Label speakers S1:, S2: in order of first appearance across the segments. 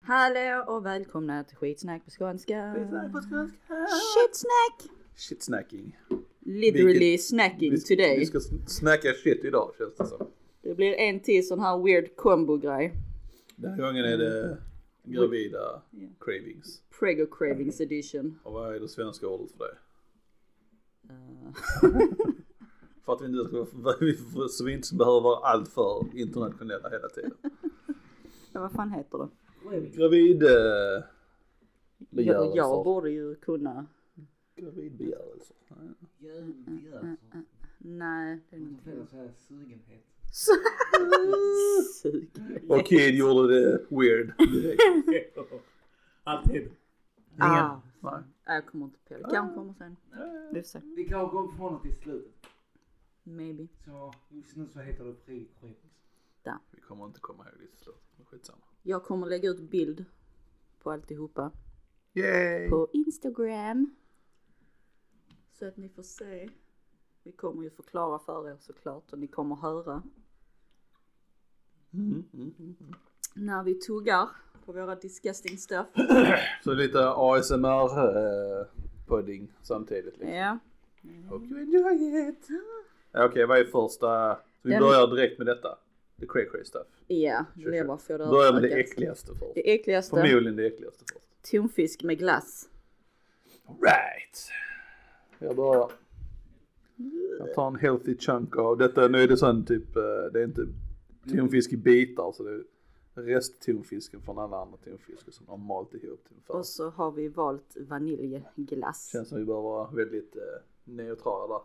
S1: Hallå och välkomna till skitsnack på skånska. Shitsnack!
S2: Shit snacking.
S1: Literally
S2: Vilket-
S1: snacking
S2: Vi,
S1: today.
S2: vi ska sn- snacka shit idag känns det som.
S1: Det blir en till sån här weird combo grej.
S2: Den här gången är det gravida cravings.
S1: Prego cravings edition.
S2: Och vad är det svenska ordet för det? för att vi inte ska, vi- så vi inte behöver vara alltför internationella hela tiden.
S1: Ja, vad fan heter det?
S2: Mm, Gravid... Eh,
S1: Jag, jag
S2: begärelser.
S1: borde ju kunna.
S2: Gravidbegärelser. Nej.
S3: Ljudbegärelse.
S1: Nej, det är
S3: Man
S1: inte.
S3: alltså. får en sån här sugenhet.
S1: Sug.
S2: Och Kid gjorde det weird direkt.
S3: Alltid.
S1: Ah,
S2: Nej.
S1: jag kommer inte på det. Kanske kommer sen.
S2: Ah.
S1: Vi får se.
S3: Vi kanske kommer på något i slutet.
S1: Maybe.
S3: Så just nu så heter det pre-cravings.
S2: Vi kommer inte komma ihåg det till slut. Men skitsamma.
S1: Jag kommer lägga ut bild på alltihopa.
S2: Yay!
S1: på Instagram. Så att ni får se. Vi kommer ju förklara för er såklart och ni kommer höra
S2: Mm, mm, mm.
S1: när vi tuggar på våra disgusting stuff.
S2: Så lite ASMR-pudding eh, samtidigt. Liksom.
S1: Ja.
S2: Hope you enjoy it. Ja, Okej, vad är första? Så vi
S1: Den-
S2: börjar direkt med detta. The cray cray stuff.
S1: Ja,
S2: Kör,
S1: det är
S2: kör.
S1: bara för det
S2: Börja med det
S1: överökat.
S2: äckligaste först.
S1: Det äckligaste.
S2: Förmodligen det äckligaste först.
S1: Tonfisk med glass.
S2: Right. Jag börjar. Jag tar en healthy chunk av detta. Nu är det sån typ, eh, det är inte tonfisk i bitar så det är resttonfisken från alla andra tonfiskar som har malt ihop till en
S1: Och
S2: färg.
S1: så har vi valt vaniljglass.
S2: Känns som vi bör vara väldigt eh, neutrala där.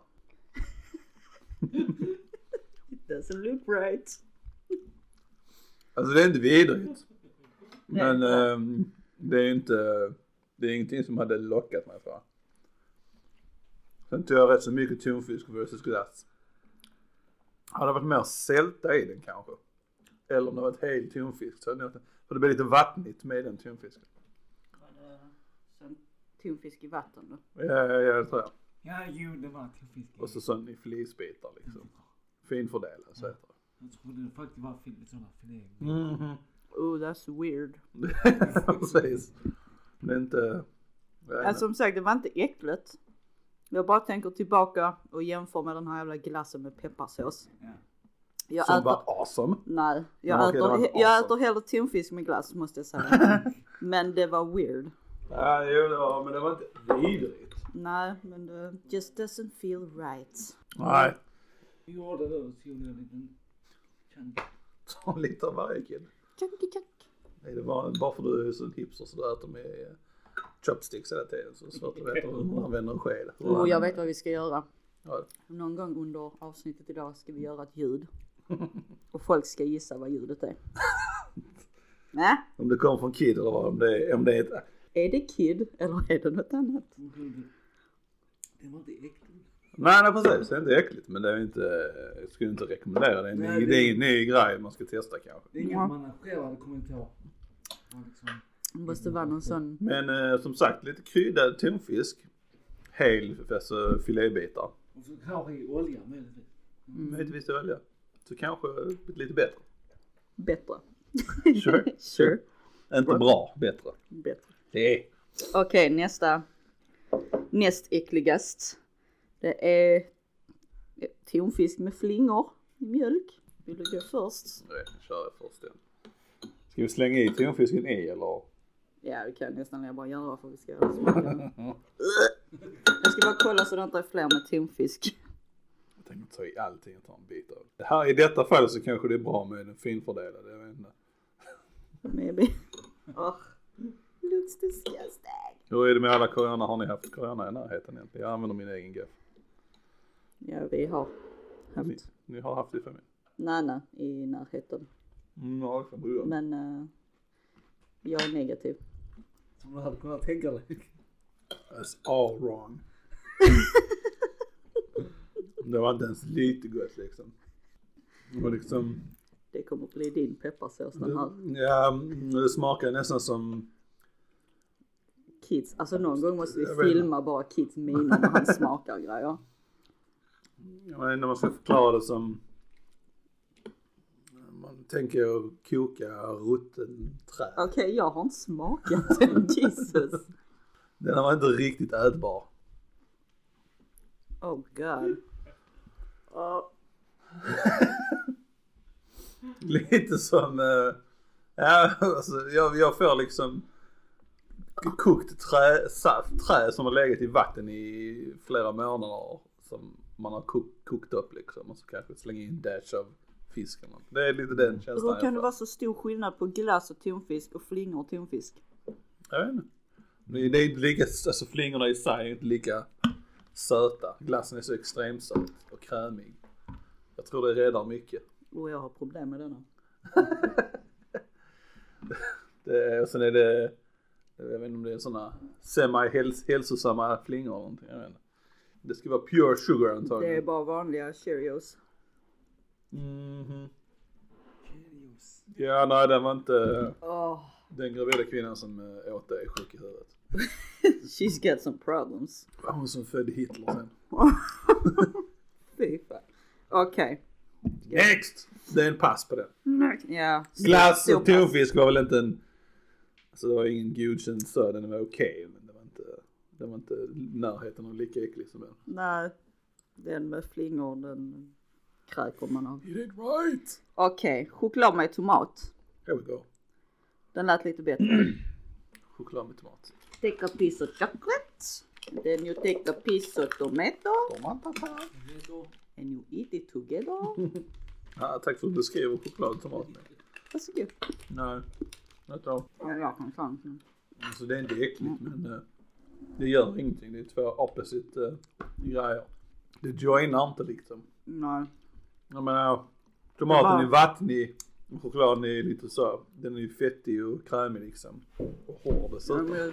S1: Doesn't look right.
S2: Alltså det är inte vidrigt. Men ehm, det är inte, det är ingenting som hade lockat mig för. Sen tog jag rätt så mycket tonfisk versus glass. Hade det varit mer sälta i den kanske. Eller om det varit hel tonfisk. Så hade jag- för det blir lite vattnigt med den tonfisken.
S1: Tonfisk i vatten då.
S2: Ja, ja, ja, det tror jag.
S3: Ja, jo det var till fisk.
S2: Och så sån i flisbitar liksom. Finfördelad så heter det.
S3: Jag trodde det faktiskt var fil- sådana filéer.
S2: Mhm.
S1: Oh that's weird.
S2: Precis. Det är inte... jag vet
S1: Alltså, som sagt, det var inte äckligt. Jag bara tänker tillbaka och jämför med den här jävla glassen med pepparsås.
S3: Ja.
S1: Jag
S2: Som
S1: äter,
S2: var awesome.
S1: nej, jag,
S2: Ja, okej,
S1: äter,
S2: det var inte
S1: jag
S2: awesome.
S1: äter hellre tonfisk med glass måste jag säga. men det var weird.
S2: Ja, jo, det var, men det var inte vidrigt.
S1: Nej, men det just doesn't feel right.
S2: Nej.
S3: Vi gjorde det och så gjorde jag en liten chunk.
S2: Ta en liter av varje kid.
S1: Chunky chunk.
S2: Nej, det var bara för du är sån hipster så du äter med eh, chopsticks hela tiden så det är svårt att veta hur man använder en sked.
S1: Oh, jag vet vad vi ska göra.
S2: Ja.
S1: Någon gång under avsnittet idag ska vi göra ett ljud. Och folk ska gissa vad ljudet är. Nej,
S2: Om det kommer från kid eller vad, om det är, om det är ett...
S1: är det Kid eller är det något annat?
S3: Och så gjorde- Det var inte äckligt.
S2: Nej, nej precis, det är inte äckligt men det är inte, jag skulle inte rekommendera det. är en
S3: Nej,
S2: ny-
S3: det-
S2: Det är en ny grej man ska testa kanske.
S3: Det är inget man själv hade kommit på. Det var liksom...
S1: Det måste vara någon sån
S2: Men eh, som sagt, lite kryddad tonfisk. Hel, alltså filébitar.
S3: Och så kanske i olja möjligtvis. Mm.
S2: Möjligtvis olja. Så kanske lite bättre.
S1: Bättre.
S2: Sure.
S1: Sure.
S2: Inte bra, bättre.
S1: Bättre.
S2: Det är
S1: Okej, nästa. Näst äckligast. Det är tonfisk med flingor i mjölk. Vill du gå först?
S2: Nej, nu kör jag först den. Ska vi slänga i tonfisken i eller?
S1: Ja, det kan jag nästan jag bara göra för vi ska smaka den. Jag ska bara kolla så det inte är fler med tonfisk.
S2: Jag tänker ta i allting och ta en bit av det. Här, I detta fall så kanske det är bra med den finfördelade. Jag vet inte.
S1: Maybe. Oh. Looks disgusting.
S2: Hur är det med alla corona? Har ni haft corona i närheten egentligen? Jag använder min egen gaff.
S1: Ja, vi har
S2: Ni,
S1: haft
S2: ni har haft det för mig?
S1: Nana i närheten.
S2: Mm, ja, det får du göra.
S1: Men eh, jag är negativ.
S3: Som du hade kunnat tänka dig.
S2: That's all wrong. det var inte ens lite gott liksom. Det var liksom...
S1: Det kommer bli din pepparsås den här.
S2: Det, ja, det smakar nästan som...
S1: Kids, alltså någon gång måste vi
S2: Jag vet
S1: filma bara Kids miner när han smakar och grejer.
S2: Jag vet inte om man ska förklara det som... Man tänker jag koka rutten trä.
S1: Okej, jag har inte smakat den. Jesus.
S2: Den var inte riktigt ätbar.
S1: Oh god. Ja,
S2: Lite som, eh, ja alltså jag, jag får liksom k- kokt trä, saft, trä som har legat i vatten i flera månader som man har kok, kokt upp liksom och så kanske slänga in en dash av fisk eller något. Det är lite den känslan
S1: Hur kan det
S2: jag
S1: vara så stor skillnad på glass och tonfisk och flingor och tonfisk?
S2: Jag vet inte. Det är, det är inte lika, alltså flingorna i sig är inte lika söta. Glassen är så extremt söt och krämig. Jag tror det räddar mycket.
S1: Och Oh, jag har problem med denna.
S2: Det, är- och sen är det, jag vet inte om det är sådana semi-hälsosamma flingor eller någonting. Jag vet inte. Det ska vara pure sugar
S1: Det är
S2: antagligen.
S1: bara vanliga cheerios.
S2: Mhm.
S3: Cheerios.
S2: Ja, nej den var inte
S1: Oh,
S2: den gravida kvinnan som eh, åt det är sjuk i huvudet.
S1: she's got some problems.
S2: Det var Hon som födde Hitler sen.
S1: Fy fan. Okej.
S2: Next! Det är en pass på den.
S1: Ja.
S2: Glass
S1: Så
S2: och
S1: pass.
S2: tonfisk var väl inte en... Alltså det var ingen godkänd så, den var okej men det var inte... Det var inte i närheten av lika äcklig som den.
S1: Nej. Den med flingor, den kräker man av.
S2: You did right!
S1: Okej, choklad med tomat.
S2: Here we go.
S1: Den lät lite bättre.
S2: Choklad med tomat.
S1: Take a piece of chocolate. Then you take a piece of tomato.
S2: Tomatata!
S3: Vad heter hon?
S1: And you eat it together.
S2: Ja, tack för att du skrev om choklad och tomat. med.
S1: Varsågod.
S2: Nej, inte av.
S1: Ja, Jag kan ta en.
S2: Alltså det är inte äckligt men eh, det gör ingenting. Det är två opposite eh, grejer. Det joinar inte liksom.
S1: Nej.
S2: Jag menar, tomaten
S1: Jaha.
S2: är vattig och chokladen är lite så. Den är ju fettig och krämig liksom. Och hård dessutom.
S1: Men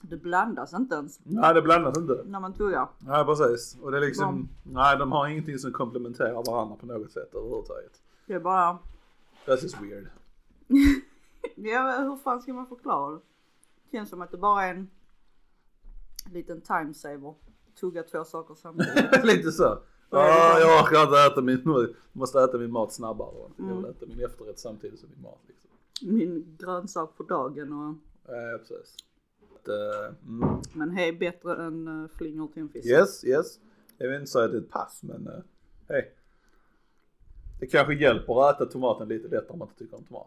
S1: Det blandas inte ens
S2: Nej det blandas inte.
S1: när man tuggar.
S2: Nej precis. Och det är liksom, nej de har ingenting som komplementerar varandra på något sätt överhuvudtaget.
S1: Det är bara,
S2: This is weird.
S1: ja, hur fan ska man förklara det? Känns som att det bara är en liten timesaver. Tugga två saker samtidigt.
S2: Lite så. Ah, jag orkar inte äta min, jag måste äta min mat snabbare. Jag vill äta min efterrätt samtidigt som min mat. Liksom.
S1: Min grönsak för dagen och,
S2: Ja, precis. Att, eh, mm.
S1: men hej bättre än eh, flingor till en fisk.
S2: Yes, yes. Jag vill inte säga att det är ett pass men eh, hej. Det kanske hjälper att äta tomaten lite lättare om man inte tycker om tomat.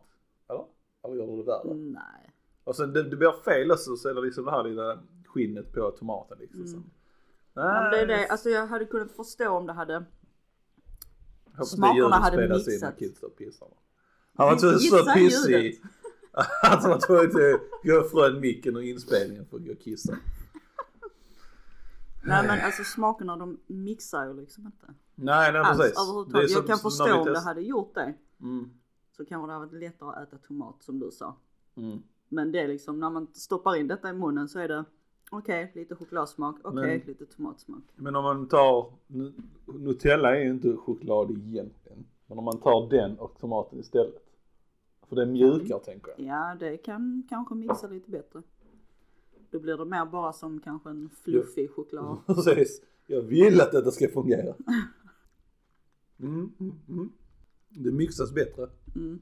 S2: Eller? Eller gör det det värre?
S1: Nej.
S2: Och sen det, det blir fel också så är det liksom det här lilla skinnet på tomaten liksom. Sen.
S1: Mm. Ja, men det är det.
S2: Nej,
S1: Alltså jag hade kunnat förstå om det hade.
S2: jag hoppas det
S1: smakerna
S2: ljudet
S1: hade
S2: spelas in när
S1: mixat.
S2: kids står och pissar. Han var så, så
S1: Gissa
S2: pissig
S1: ljudet.
S2: att han var tvungen att gå från micken och inspelningen för att gå och kissa.
S1: Nej men alltså smakerna de mixar ju liksom inte.
S2: Nej, nej
S1: Alls
S2: precis.
S1: överhuvudtaget.
S2: som
S1: Jag kan
S2: när vi
S1: förstå om det
S2: test-
S1: hade gjort det.
S2: Mm,
S1: Så kanske det hade varit lättare att äta tomat som du sa.
S2: mm.
S1: Men det är liksom när man stoppar in detta i munnen så är det okej lite chokladsmak, okej
S2: Men-
S1: lite tomatsmak.
S2: Men om man tar, Nu- Nutella är ju inte choklad egentligen. Men om man tar den och tomaten istället. För den mjukar
S1: Mm.
S2: tänker jag.
S1: Ja det kan kanske mixa lite bättre. Då blir det mer bara som kanske en fluffig choklad.
S2: Mm. Precis. Jag vill att detta ska fungera. Mm, mm, mm. Det mixas bättre.
S1: Mm.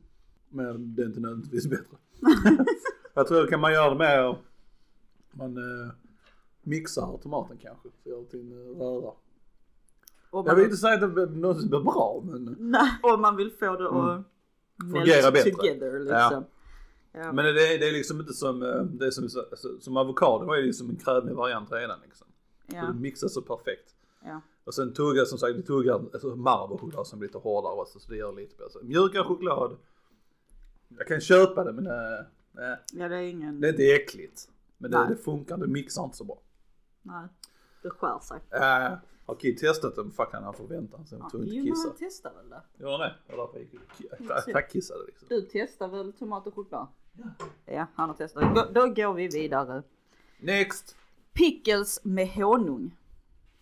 S2: Men det är inte nödvändigtvis bättre. jag tror kan man göra det mer, man eh, mixar tomaten kanske. Så gör det till en eh, röra.
S1: Om
S2: Jag vill
S1: man,
S2: inte säga att det någonsin blir bra men.
S1: nej, om man vill få det att melt
S2: Mm. Fungera bättre.
S1: together
S2: Ja.
S1: liksom. Ja.
S2: Men det är, det är liksom inte som, eh, det är som, alltså, som avokado är det ju som en krämig variant redan liksom.
S1: Ja.
S2: Ja. Det mixas så perfekt.
S1: Ja.
S2: Och sen tuggar som sagt, det tuggar alltså, Marabou-choklad som blir lite hårdare också så det gör lite bättre. Mjukare choklad. Jag kan köpa det men eh, nej,
S1: ja, det är ingen...
S2: det är inte äckligt. Men det,
S1: Nej.
S2: det funkar, det mixar inte så bra.
S1: Nej, det skär sig.
S2: Äh, har Kid testat den? Fuck han har förväntan sen tog inte
S1: Jo, men
S2: kissa.
S1: han testar väl det.
S2: Gjorde han det? Det var därför jag
S1: Mm.
S2: gick och attackkissade liksom.
S1: Du testar väl tomat och choklad? Ja. Ja, han har testat. Då, då går vi vidare.
S2: Next!
S1: Pickles med honung.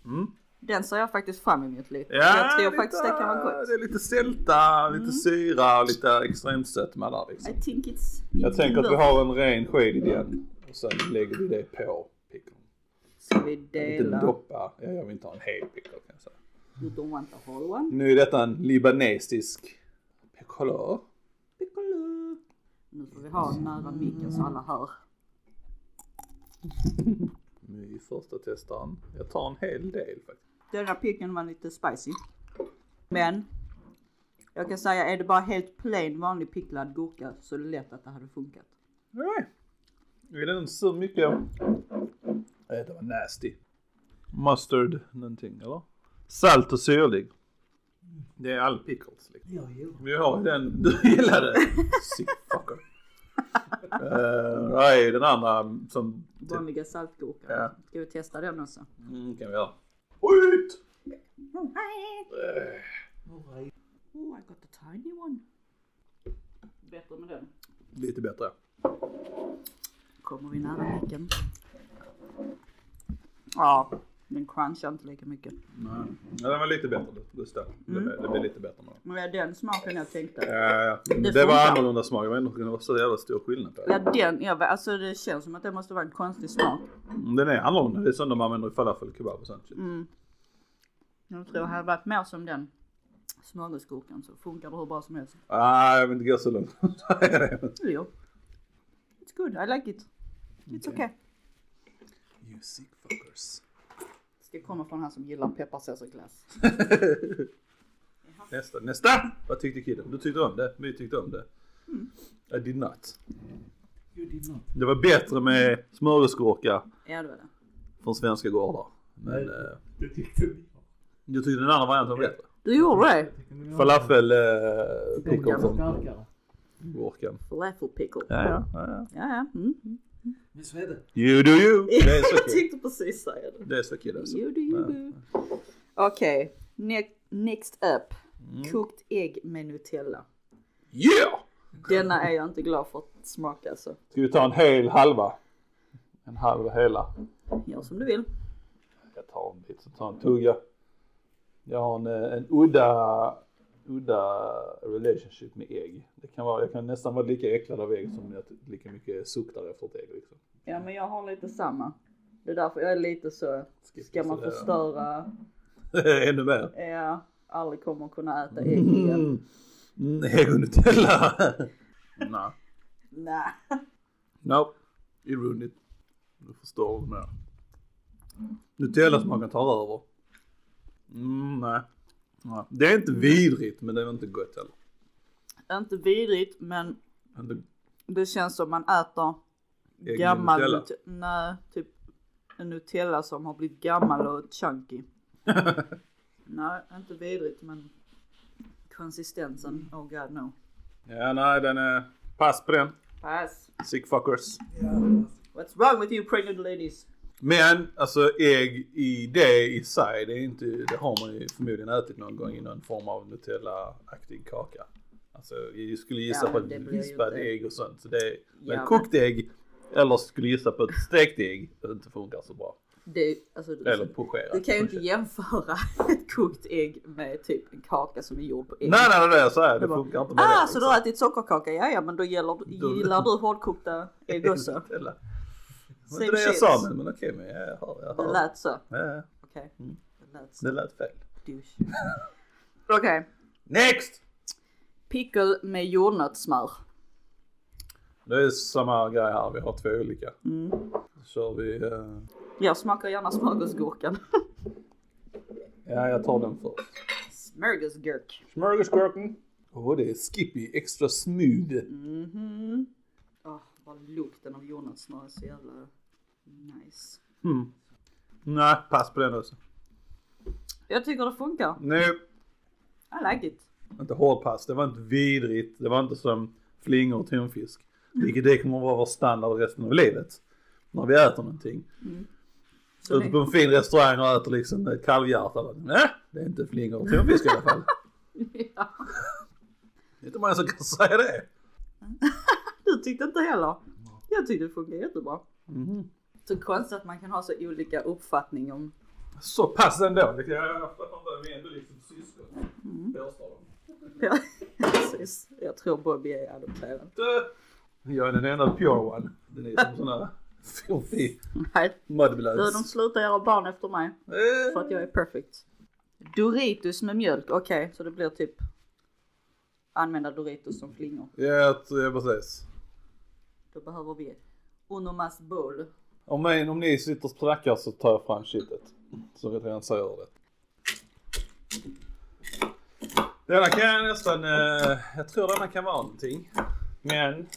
S2: Mm.
S1: Den ser jag faktiskt fram emot lite. jag tror faktiskt det kan vara gott. Mm.
S2: Det är lite sälta, lite syra och lite extremt sötma där liksom.
S1: I think it's...
S2: Jag tänker att vi har en ren sked i den och sen lägger vi det på pickle.
S1: Ska vi
S2: Inte
S1: dela?
S2: doppa, ja, jag vill inte ha en hel pickle kan jag säga.
S1: You don't want the whole one?
S2: Nu är detta en libanesisk Piccolo.
S1: Piccolo. Nu får vi ha den nära micken så alla hör.
S2: Nu i första testaren. Jag tar en hel del faktiskt.
S1: Denna picken var lite spicy. Men jag kan säga är det bara helt plain vanlig picklad gurka så är det lätt att det hade funkat.
S2: Nej. Jag gillar inte så mycket. Nej, det var nasty. Mustard någonting eller? Salt och syrlig. Det är all pickles liksom.
S3: Jag gillar
S2: Vi har ju den du gillade. Sick fucker. Eh, nej, den andra som...
S1: Vanliga saltgurkan.
S2: Typ. Ja.
S1: Ska vi testa den också?
S2: Mm, kan vi göra. Skjut! Eh,
S3: Alright.
S1: Oh, I got a tiny one. Bättre med den.
S2: lite bättre.
S1: Kommer vi nära micken. Ja, den crunchar inte lika mycket.
S2: Nej, Mm. ja, den var lite bättre Gustav. Det, blev- det blev lite bättre med den.
S1: Men det är den smaken jag tänkte.
S2: Eh, det,
S1: funkar.
S2: var annorlunda smak. Jag vet inte om det var så jävla stor skillnad på det.
S1: Ja, den, jag, vet- alltså det känns som att det måste vara en konstig smak.
S2: Mm, Den är annorlunda. Det är sån de använder i falafelkebab och sånt. shit.
S1: Mm. Jag tror hade det varit mer som den smörgåsgurkan så funkar det hur bra som helst.
S2: Ah, jag vill inte gå så långt.
S1: Jo. It's good, I like it. It's okay.
S2: you sick fuckers.
S1: Ska komma från han som gillar pepparsås och glass.
S2: Nästa, nästa! Vad tyckte kidden? Du tyckte om det. Vi tyckte om det. Mm. I did not.
S3: You did not.
S2: Det var bättre med smörgåsgurka
S1: Ja det var det.
S2: från svenska gårdar. Men eh,
S3: Det tyckte vi.
S2: jag tyckte den andra varianten var bättre.
S1: Du gjorde det?
S3: Jag tycker ni har-
S2: Falafel eh, pickle från
S3: Starkare.
S2: gurkan.
S1: Falafel pickle. Ja,
S2: Ja, ja, ja, ja.
S1: ja. Mm.
S3: Men Svedde.
S2: You do you! Det är så
S1: jag
S2: kul.
S1: tänkte precis säga det.
S2: Det är så kul alltså.
S1: Jo, det gjorde du. Okej, ne- next up.
S2: Mm.
S1: Kokt ägg med Nutella.
S2: Yeah!
S1: Denna är jag inte glad för att smaka så.
S2: Ska vi ta en hel halva? En halv hela.
S1: Gör som du vill.
S2: Jag tar en bit, så tar jag en tugga. Jag har en, eh, en udda, udda relationship med ägg. Det kan vara, jag kan nästan vara lika äcklad av ägg som jag t- lika mycket suktar efter ett ägg. Liksom.
S1: Ja men jag har lite samma. Det är därför jag är lite så, ska man
S2: sådär.
S1: förstöra,
S2: Ännu mer.
S1: ja, aldrig kommer kunna äta ägg igen.
S2: Mm. Mm, ägg och Nutella. Nej.
S1: Nej.
S2: Nope. You ruined it. Du förstår mer. Nutella-smaken tar över. Mm, nej. nej. Det är inte vidrigt men det är inte gott heller.
S1: Inte vidrigt men
S2: Inte
S1: det känns som man äter
S2: ägg med
S1: gammal
S2: Nutella.
S1: Nutella. Nej, typ en Nutella som har blivit gammal och chunky. Nej, inte vidrigt men konsistensen, oh god no.
S2: Ja, nej, den är... Pass på den.
S1: Pass.
S2: Sick fuckers.
S1: What's wrong with you pregnant ladies?
S2: Men, alltså ägg i det i sig, det är inte... Det har man ju förmodligen ätit någon gång i någon form av Nutella-aktig kaka. Alltså, jag skulle gissa
S1: Ja,
S2: på
S1: det
S2: ett
S1: blir ju
S2: vispat
S1: inte-
S2: ägg och sånt. Så det är, men
S1: Ja,
S2: kokt ägg, eller skulle gissa på ett stekt ägg, det inte funkar så bra.
S1: Det, alltså,
S2: Eller pocherat.
S1: Du kan ju inte
S2: kanske.
S1: jämföra ett kokt ägg med typ en kaka som är gjord på ägg.
S2: Nej, nej, nej, det är så här. Det,
S1: bara,
S2: funkar inte med det. liksom.
S1: Ah, så du har ätit sockerkaka? Ja, ja, men då gäller,
S2: Då-
S1: gillar du hårdkokta ägg också?
S2: Nutella. Det var
S1: Same
S2: inte det jag
S1: shit.
S2: sa, men, men okej, men jag hör. Jag
S1: Det
S2: hör.
S1: lät så.
S2: Ja,
S1: Okej.
S2: Mm.
S1: Det lät så.
S2: det lät fel.
S1: Douche. Okej.
S2: Next!
S1: Pickle med jordnötssmör.
S2: Det är samma grej här, vi har två olika. Då kör vi... eh,
S1: Jag smakar gärna smörgåsgurkan.
S2: ja, jag tar den först.
S1: Smörgåsgurk.
S2: Smörgåsgurken. Åh, det är Skippy extra smooth.
S1: Mhm. Åh, bara lukten av jordnötssmör är så jävla nice.
S2: Mm. Nej, pass på den också.
S1: Jag tycker det funkar.
S2: Nej,
S1: I like it.
S2: inte hård pass. Det var inte vidrigt. Det var inte som flingor och tonfisk. Vilket det kommer att vara vår standard resten av livet. När vi äter någonting.
S1: Så
S2: Ute
S1: det,
S2: på en fin restaurang och äter liksom ett kalvhjärta. Nej, det är inte flingor och tonfisk i alla fall.
S1: ja.
S2: Det är inte många som kan säga det.
S1: Du tyckte inte heller. Jag tyckte det funkar jättebra. Så konstigt att man kan ha så olika uppfattning om.
S2: Så pass ändå. Det kan jag fattar inte. Vi är ändå liksom syskon. Påstår de.
S1: Precis. Jag tror Bobby är adopterad.
S2: Du! Jag är den enda pure one. Den är som sån här filthy
S1: Nej, du, de
S2: mudbloods.
S1: slutar göra barn efter mig.
S2: Eh.
S1: För att jag är perfect. Doritos med mjölk, okej. Så det blir typ använda Doritos som flingor.
S2: Ja, t- precis.
S1: Då behöver vi Onomas bowl.
S2: Om, en, om ni sitter och prackar så tar jag fram kittet. Så vi rensar ur det. Denna kan jag nästan, eh, jag tror denna kan vara någonting. Men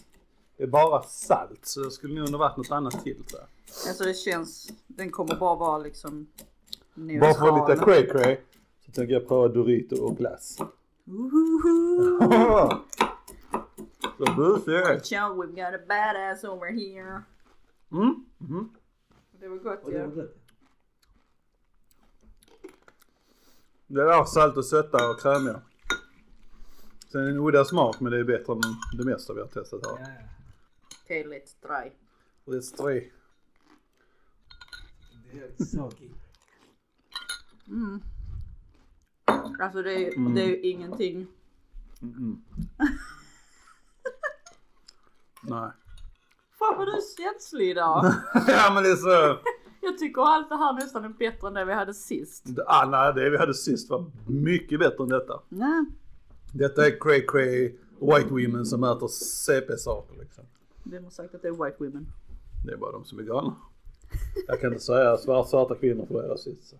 S2: det är bara salt så det skulle nog ha varit något annat till tror jag.
S1: Alltså det känns, den kommer bara vara liksom
S2: Bara för
S1: neutral.
S2: lite cray cray så tänker jag prova Dorito och glass.
S1: Woohoo!
S2: Så busigt!
S1: Watch out, we've got a badass over here.
S2: Mm. Mm.
S1: Det var gott
S3: Och det var
S1: ju.
S3: gott.
S2: Det där salt och söta och krämiga. Sen är det en udda smak men det är bättre än det mesta vi har testat här.
S3: Ja, ja.
S1: Okej, let's try.
S2: Let's try.
S3: Det är saki.
S1: Mm. Alltså det är, ju-
S2: Mm.
S1: det är ju ingenting.
S2: Mm-mm. Nej.
S1: Fan vad du är känslig idag.
S2: ja men det är så.
S1: Jag tycker allt det här nästan är bättre än det vi hade sist.
S2: Ah, nej, det vi hade sist var mycket bättre än detta.
S1: Nej,
S2: Detta är cray cray white women som äter CP-saker liksom.
S1: vem har sagt att det är white women?
S2: Det är bara de som är galna. Jag kan inte säga svart, svarta kvinnor för det är rasist. Så.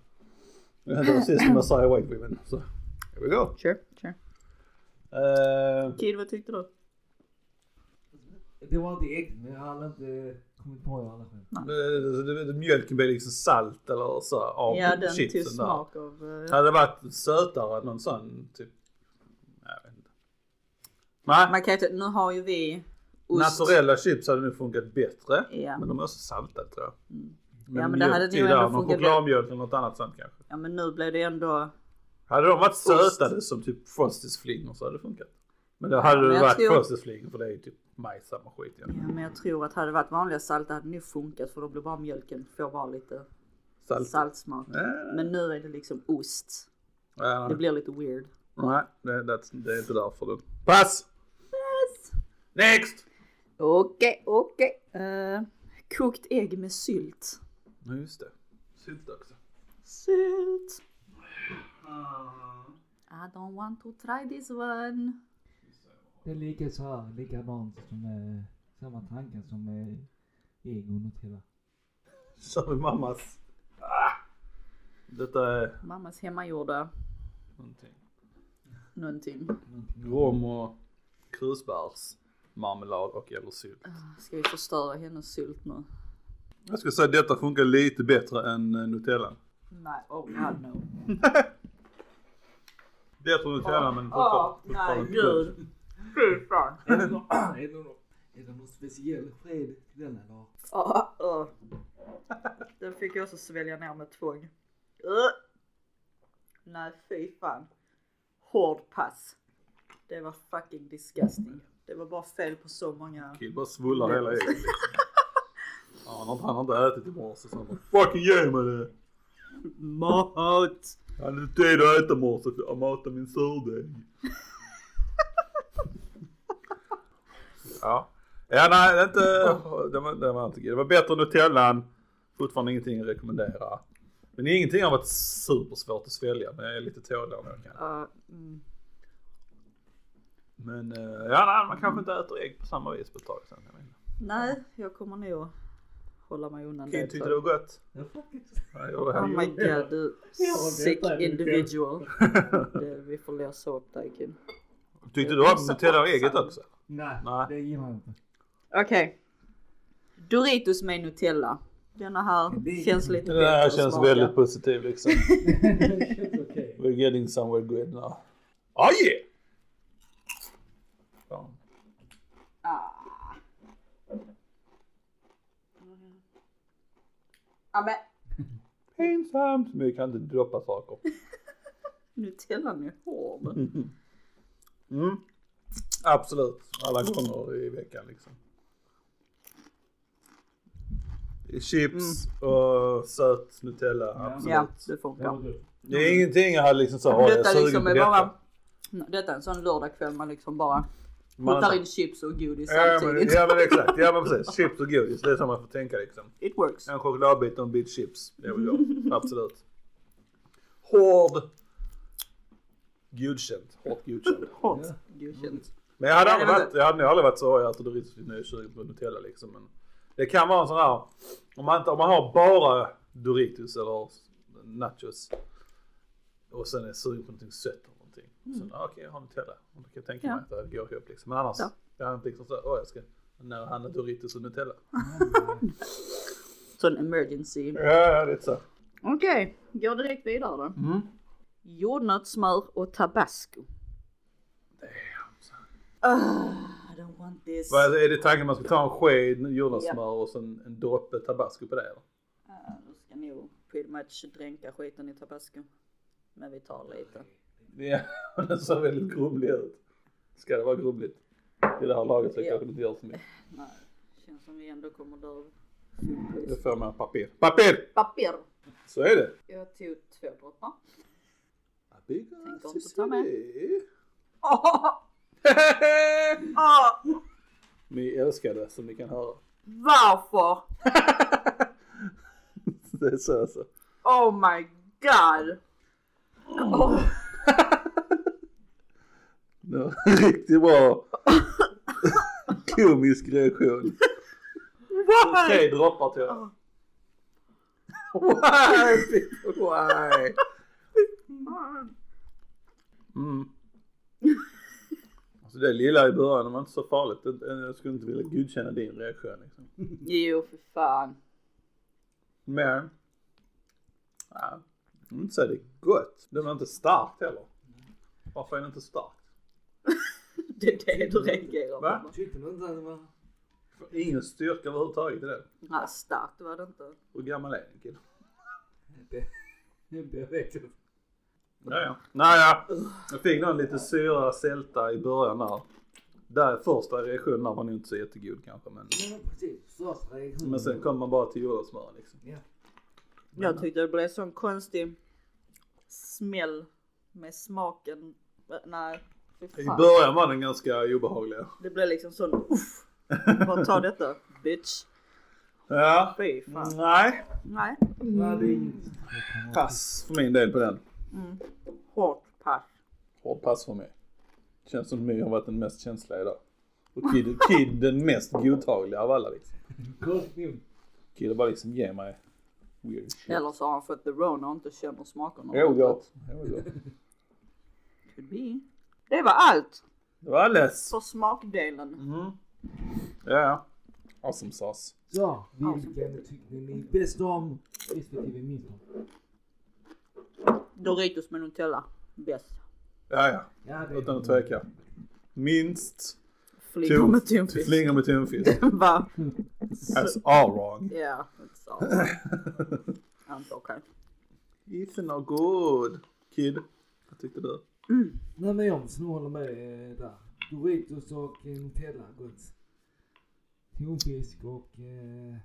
S2: Det är rasist om jag säger white women. Så. Here we go.
S1: Sure, sure.
S2: Eh,
S1: Kid, vad tyckte du?
S3: Det var inte äckligt men jag hade inte kommit på det annars.
S2: det- det- det- Mjölken blir liksom salt eller så av
S1: Ja, den tog
S2: chipsen där.
S1: smak av... eh,
S2: Hade det varit sötare någon sån typ. Nej, Jag vet inte. Nej,
S1: Man kan inte, nu har ju vi ost.
S2: naturella chips hade nog funkat bättre.
S1: Ja. Mm.
S2: Men de är också saltade tror jag.
S1: Ja, men det hade nog
S2: mjölk i
S1: ändå
S2: där, någon
S1: funkat
S2: Chokladmjölk eller något annat sånt kanske.
S1: Ja men nu blev det ändå...
S2: Hade de varit sötade som typ Frosties flingor så hade det funkat. Men då hade
S1: men
S2: det
S1: jag
S2: varit
S1: tror-
S2: Frosties flingor för det är ju typ majs samma skit
S1: Ja,
S2: igen.
S1: men jag tror att hade det varit vanliga salt hade det nog funkat för då blir bara mjölken, får bara lite
S2: Salt.
S1: saltsmak.
S2: Nej,
S1: Men nu är det liksom ost.
S2: nej,
S1: Det
S2: nej.
S1: blir lite weird.
S2: Nej, det, det, det är inte därför du. Pass! Next!
S1: Okej, okej. Eh, kokt ägg med sylt.
S2: Ja just det. Sylt också.
S1: Sylt. I don't want to try this one.
S3: Det är lika så här, likadant som eh, samma tankar som eh, ägg och Nutella.
S2: Kör vi mammas. Ah! Detta är
S1: Mammas hemmagjorda
S2: någonting.
S1: någonting.
S3: Någonting.
S2: Rom och krusbärsmarmelad och eller sylt.
S1: Eh, Ska vi förstöra hennes sylt nu?
S2: Jag skulle säga att detta funkar lite bättre än eh, Nutella.
S1: Nej, oh god no.
S2: Bättre än Nutella
S1: Åh,
S2: men fortfarande-
S1: Ah, nej
S2: fortfarande gott.
S1: gud. Fy fan.
S3: Är det någon- Ah, är det någon- är det någon speciell sked till den eller?
S1: Ja, ja. Den fick jag också svälja ner med tvång. Ugh. Nej fy fan. Hård pass. Det var fucking disgusting. Det var bara fel på så många.
S2: Kid bara svullar hela ägget. liksom. Ja, han, har inte- han har inte ätit i morse så han bara fucking ge mig det.
S1: Mat!
S2: Jag hade inte tid att äta i morse för jag matar min surdeg. ja. Ja nej det är inte, det var, det var inte Det var bättre än Nutellan. Fortfarande ingenting att rekommendera. Men ingenting har varit supersvårt att svälja men jag är lite tåligare än jag kan.
S1: Ja, mm.
S2: Men eh, ja nej, man kanske inte äter ägg på samma vis på ett tag sen. jag vet inte.
S1: Nej, jag kommer nog hålla mig undan
S2: Kid
S1: det.
S2: tyckte det var gott.
S3: Jag får faktiskt
S2: Ja, jag var
S1: Oh
S2: här.
S1: my god, du sick
S3: detta är det
S1: individual. Det, vi får lösa upp dig kid.
S2: Tyckte du om Nutella och ägget också?
S3: Nej,
S2: Nej.
S3: det gillar jag inte.
S1: Okej. Doritos med Nutella. Denna här
S3: Det-
S1: känns lite
S2: Det här
S1: att
S2: känns
S1: smaka.
S2: väldigt positivt liksom.
S3: det känns okej.
S2: We're getting somewhere good now. Oh yeah! Ja.
S1: Ah. Ja men
S2: Pinsamt! Men vi kan inte droppa saker.
S1: Nutellan är hård.
S2: Mm. Absolut. Alla gånger i veckan liksom. Det är Chips och söt Nutella. Absolut.
S1: Mm. Ja, det funkar.
S2: Det är ingenting jag hade liksom så, åh jag är
S1: Detta
S2: sugen
S1: liksom
S2: på
S1: är
S2: detta.
S1: bara... Detta är en sån lördagkväll man liksom bara
S2: Man
S1: puttar
S2: inte-
S1: in chips och godis
S2: Ja men,
S1: samtidigt.
S2: ja men exakt, ja men precis. Chips och godis, det är så man får tänka liksom.
S1: It works.
S2: En chokladbit och en bit chips. Det vill jag. Absolut. Hård. Godkänt. Hårt godkänt.
S1: Hårt
S3: Ja.
S1: godkänt.
S2: Men jag hade,
S1: Ja,
S2: aldrig
S1: men-
S2: varit, jag hade nog aldrig varit så arg att det rycks vid nysugen på Nutella liksom. Men det kan vara en sån här, om man, inte, om man har bara Doritos eller nachos och sen är sugen på någonting sött eller någonting. Mm. Sen, ah, okej jag har Nutella. Och då kan jag tänka
S1: Ja.
S2: mig att det går ihop liksom. Men annars,
S1: Ja.
S2: jag har inte liksom så, åh jag ska nära handla Doritos och Nutella.
S1: Sån emergency.
S2: Ja, ja lite så.
S1: Okej, går direkt vidare då.
S2: Mm.
S1: Jordnötssmör och tabasco. Ah, I don't want this.
S2: Vad är det tanken man ska ta en sked jordnötssmör och sen en droppe tabasco på det eller?
S1: Ah, Du ska nog pretty much dränka skiten i tabasco. Men vi tar lite.
S2: Ja, den såg väldigt grumlig ut. Ska det vara grumligt? I det här laget så
S1: Ja.
S2: kanske det inte gör så mycket.
S1: Nej, känns som vi ändå kommer dö av
S2: Då får man papper. Papper!
S1: Papper!
S2: Så är det.
S1: Jag tog två droppar.
S2: Tänker
S1: inte ta med. Ah,
S2: Ni älskar det som ni kan höra.
S1: Varför?
S2: Det är så alltså.
S1: Oh my god! Oh,
S2: Det var en Riktigt bra komisk reaktion.
S1: why?
S2: Tre droppar till jag. Why? people, Why? Mm. Alltså det lilla i början det var inte så farligt. Det- Jag skulle inte vilja godkänna din reaktion. Liksom.
S1: Jo, för fan.
S2: Men. Ja, jag vill inte säga det är gott. Den var inte stark heller. Varför är den inte stark?
S1: Det är det du reagerar
S2: Va?
S1: på.
S3: Tyckte du inte att det var...
S2: För ingen styrka överhuvudtaget i den.
S1: Nej, starkt var det inte.
S2: Hur gammal är den killen?
S3: Det, det vet jag inte.
S2: Naja. Naja. Jag fick någon lite syra sälta i början där. Där första reaktionen där var nog inte så jättegod kanske men.
S3: Ja, precis. Första reaktionen.
S2: Men sen kom man bara till jordnötssmör liksom.
S3: Ja.
S1: Jag tyckte det blev sån konstig smäll med smaken. Nej, fy
S2: I
S1: fan.
S2: början var den ganska obehaglig.
S1: Det blev liksom sån uff. Bara ta detta, bitch.
S2: Ja.
S1: Fy fan.
S2: Nej.
S1: Nej,
S3: Ja, det är inget.
S2: Pass för min del på den.
S1: hårt pass.
S2: Hård pass för mig. Känns som My har varit den mest känsliga idag. Och Kid, kid den mest godtagliga av alla liksom.
S3: Kort nog.
S2: Kid har bara liksom ge mig weird shit.
S1: Eller så har han fått the rona och inte känner smakerna.
S2: Jo, gott. Jo, gott.
S1: Could be. Det var allt
S2: Det var alldeles.
S1: för smakdelen.
S2: Mm. Ja, ja. Awesome sauce.
S3: Så, vilken tyckte ni bäst om respektive minst om?
S1: Doritos med Nutella, bäst.
S2: Ja, ja.
S3: Ja, det
S2: Utan att tveka. Minst
S1: Flingor med
S2: tonfisk.
S1: tonfisk.
S2: Flingor med tonfisk.
S1: Va?
S2: That's all wrong.
S1: Ja, it's all. Inte okej.
S2: It's not good. Kid, vad tyckte du?
S3: Nej men jag snor håller med eh, där. Doritos och eh, Nutella, gott. Tonfisk och eh,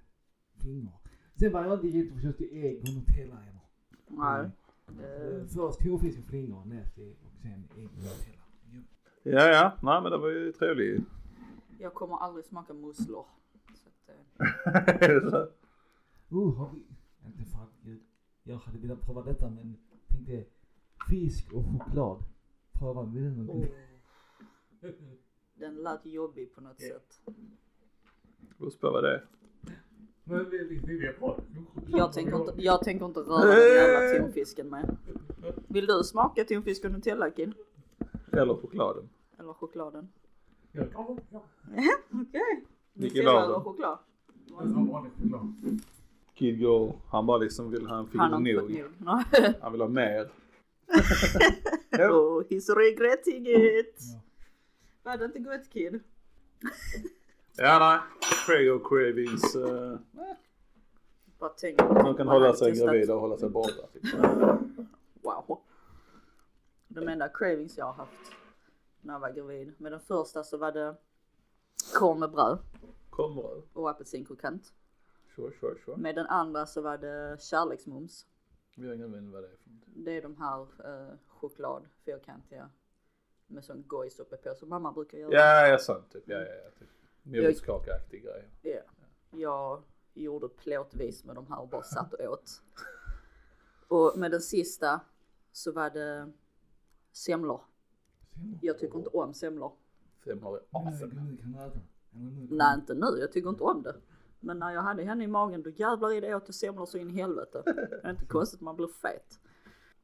S3: flingor. Sen var jag inte jätteförtjust i ägg och Nutella heller.
S1: Nej.
S3: Eh,
S1: Mm.
S3: Först tonfisk och flingor, näst ägg och sen ägg och Nutella. Jo.
S2: Ja, ja. Nej, men det var ju trevligt.
S1: Jag kommer aldrig smaka musslor. Så att, eh,
S3: Oh, har vi... Inte fan, jag, jag hade velat prova detta men tänkte fisk och choklad. Prova med den.
S1: åh. oh. Den lät jobbig på något sätt.
S2: Då spöar det.
S3: Men vi, vi, vi vet vad.
S1: Jag tänker inte, jag tänker inte röra den
S2: Eh.
S1: jävla tonfisken med. Vill du smaka tonfisk och Nutella Kid?
S2: Eller chokladen.
S1: Eller chokladen?
S3: Jag kan vara
S1: Okej.
S2: Vilken
S1: Nutella
S2: av dem?
S1: eller choklad?
S3: vanlig choklad.
S2: Kid går, han bara liksom vill ha en figur
S1: Han har inte fått
S2: nog.
S1: nog. Nej.
S2: Han vill ha mer. ja.
S1: Oh, he's regretting it.
S3: Ja.
S1: Var det inte gott Kid?
S2: ja, nej. Craig och Cravings. eh,
S1: Bara tänk om
S2: de kan
S1: man
S2: hålla
S1: hade
S2: sig
S1: testat-
S2: gravida och hålla sig borta. typ.
S1: Wow. De enda cravings jag har haft när jag var gravid. Med den första så var det korv med bröd
S2: Kommer du?
S1: och apelsinkrokant.
S2: Sure, sure, sure.
S1: Med den andra så var det kärleksmums.
S2: Vi har ingen aning vad det är för någonting.
S1: Det är de här eh, chokladfyrkantiga med sån gojs uppe på som mamma brukar göra.
S2: Ja, ja, sant. Typ. Ja, ja, ja. Typ. Mjölkskakaaktig grej.
S1: Ja. Jag gjorde plåtvis med de här och bara satt och åt. Och med den sista så var det Semlor.
S3: Semlor.
S1: Jag tycker inte om semlor.
S2: Semlor är
S3: Nu
S2: awesome.
S3: kan- Nu kan du äta. Eller nu kan-
S1: Nej inte nu, jag tycker inte om det. Men när jag hade henne i magen då jävlar i det åt jag semlor så in i helvete. Det är inte konstigt man blir fet.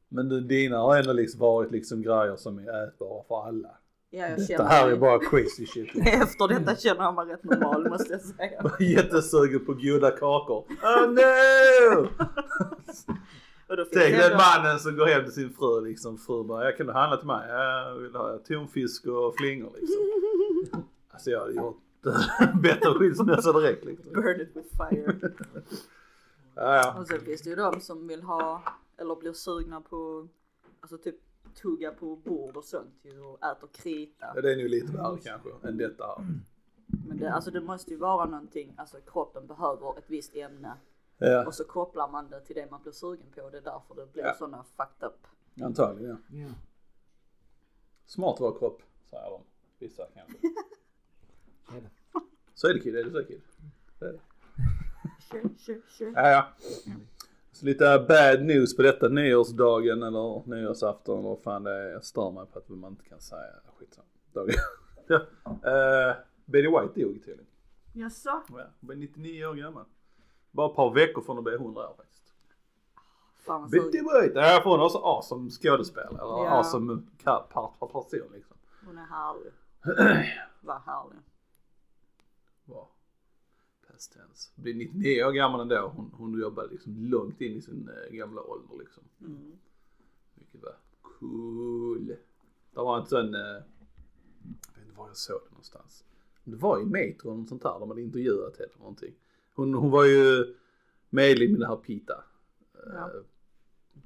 S2: Men du, dina har ändå liksom varit liksom grejer som är ätbara för alla.
S1: Ja, jag
S2: Det
S1: känner
S2: här är bara crazy shit.
S1: Efter detta känner jag mig rätt normal måste jag säga.
S2: Jag är Jättesugen på goda kakor. Oh no!
S1: Och då fick
S2: Tänk
S1: jag
S2: den
S1: då-
S2: mannen som går hem till sin fru liksom. Fru bara, jag kan du handla till mig? Jag vill ha tonfisk och flingor liksom. Alltså jag hade gjort bättre skilsmässa direkt liksom.
S1: Burn it with fire.
S2: Ja, ja.
S1: Och sen finns det ju de som vill ha eller blir sugna på, alltså typ tugga på bord och sånt ju och äter krita.
S2: Ja, Det är nog lite värre kanske än detta här.
S1: Men det, alltså det måste ju vara någonting, alltså kroppen behöver ett visst ämne
S2: Ja,
S1: och så kopplar man det till det man blir sugen på. Det är därför det blir
S2: Ja.
S1: sådana fucked up.
S2: antagligen ja.
S3: Ja.
S2: Smart var kropp, säger de. Vissa kanske.
S3: så är det.
S2: Så är det kid, är det så kid? Så är det.
S1: Sure, sure, sure.
S2: Ja, ja. Så lite bad news på detta nyårsdagen eller nyårsafton eller vad fan det är. Jag stör mig på att man inte kan säga skitsamma. Dagen. ja. eh, Betty White dog tydligen.
S1: Jaså?
S2: Ja, hon var 99 år gammal. Bara ett par veckor från att bli 100 år faktiskt.
S1: Fan vad
S2: Betty
S1: sugen.
S2: White! Ja, för hon är så awesome skådespelare. Eller
S1: Alltså- Ja.
S2: awesome ka- pa- pa- person liksom.
S1: Hon är härlig. Vad härlig.
S2: Wow. Past tense. Blir 99 år gammal ändå. Hon, hon jobbar liksom långt in i sin eh, gamla ålder liksom.
S1: Mm.
S2: Vilket var cool. Det var en sån, eh, jag vet inte var jag såg det någonstans. Det var i Metro eller något sånt där, de hade intervjuat henne eller någonting. Hon, hon var ju medlem i det här PITA.
S1: Ja.
S2: Eh,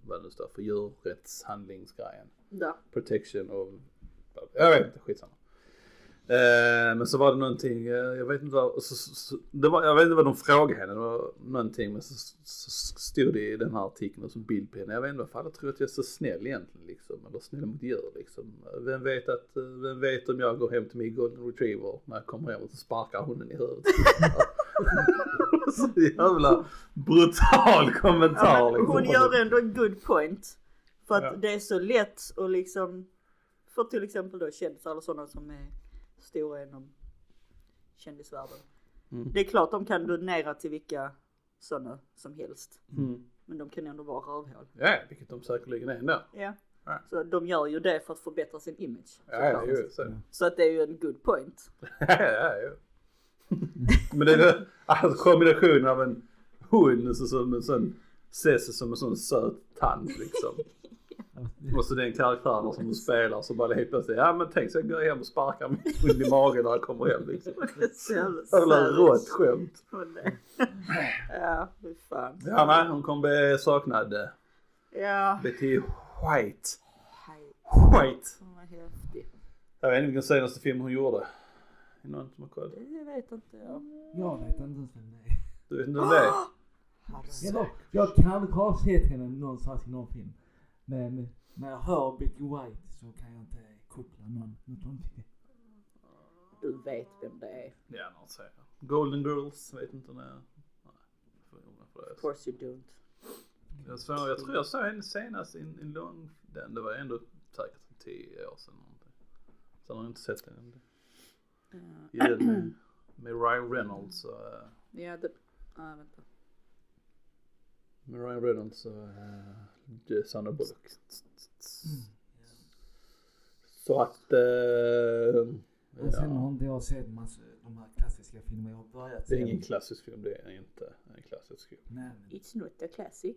S2: vad det nu står för, djurrättshandlingsgrejen.
S1: Där.
S2: Protection och, jag vet inte, skitsamma. Eh, men så var det någonting, eh, jag vet inte vad, så, så- så, det var, jag vet inte vad de frågade henne, det var någonting men så, så, så stod det i den här artikeln och så bild på henne, jag vet inte varför alla tror att jag är så snäll egentligen liksom, eller snäll mot djur liksom. Vem vet att, eh, vem vet om jag går hem till min golden retriever när jag kommer hem och så sparkar hunden i huvudet. så jävla brutal kommentar
S1: Ja, men hon
S2: liksom.
S1: gör ändå en good point. För att
S2: Ja.
S1: det är så lätt och liksom för till exempel då kändisar eller sådana som är stora inom kändisvärlden.
S2: Mm.
S1: Det är klart de kan donera till vilka sådana som helst.
S2: Mm.
S1: Men de kan ändå vara rövhål.
S2: Ja, vilket de säkerligen är ändå.
S1: Ja.
S2: Ja.
S1: Så de gör ju det för att förbättra sin image.
S2: Ja, det är
S1: såklart.
S2: ju så.
S1: Så att det är ju en good point.
S2: Ja, ja, ja. Men det är alltså, kombinationen av en hund så, som en sån ses som en sån söt tant liksom. Och så den karaktären som hon spelar så bara helt plötsligt, ja men tänk så jag går hem och sparkar min hund i magen när jag kommer hem liksom.
S1: Det är så jävla
S2: Jävla
S1: savage.
S2: rått skämt.
S1: Hon är- Ja, fy fan.
S2: Ja nej, hon kommer bli saknad. eh,
S1: Ja.
S2: Betty White.
S1: Hej,
S2: White.
S1: hon var häftig.
S2: Jag vet inte vilken senaste film hon gjorde. Är det någon som har koll?
S1: Jag vet inte jag.
S3: Jag vet inte ens vem det är.
S2: Du vet inte om det är?
S3: Eller, jag kanske har sett henne någonstans i någon film. Men när jag hör Betty White så kan jag inte koppla någon mot någon till det.
S1: Du vet vem det är.
S2: Ja, någon säger det. Golden Girls, vet inte när. Nej, jag får undra på det.
S1: Of course you don't.
S2: Jag, såg, jag tror jag såg henne senast i en lång, den, det var ändå säkert tio år sedan någonting. Sen har jag inte sett henne. I den med, med Ryan Reynolds och, eh,
S1: Ja, det... Ah, vänta.
S2: med Ryan Reynolds och uh, Sandra Bullock. Så att, eh,
S3: Och sen
S2: ja,
S3: har inte jag sett massa, de här klassiska filmerna. Jag har börjat
S2: det
S3: se
S2: är ingen
S3: dem.
S2: klassisk film, det är inte en klassisk film.
S3: Nej, men
S1: It's not a classic.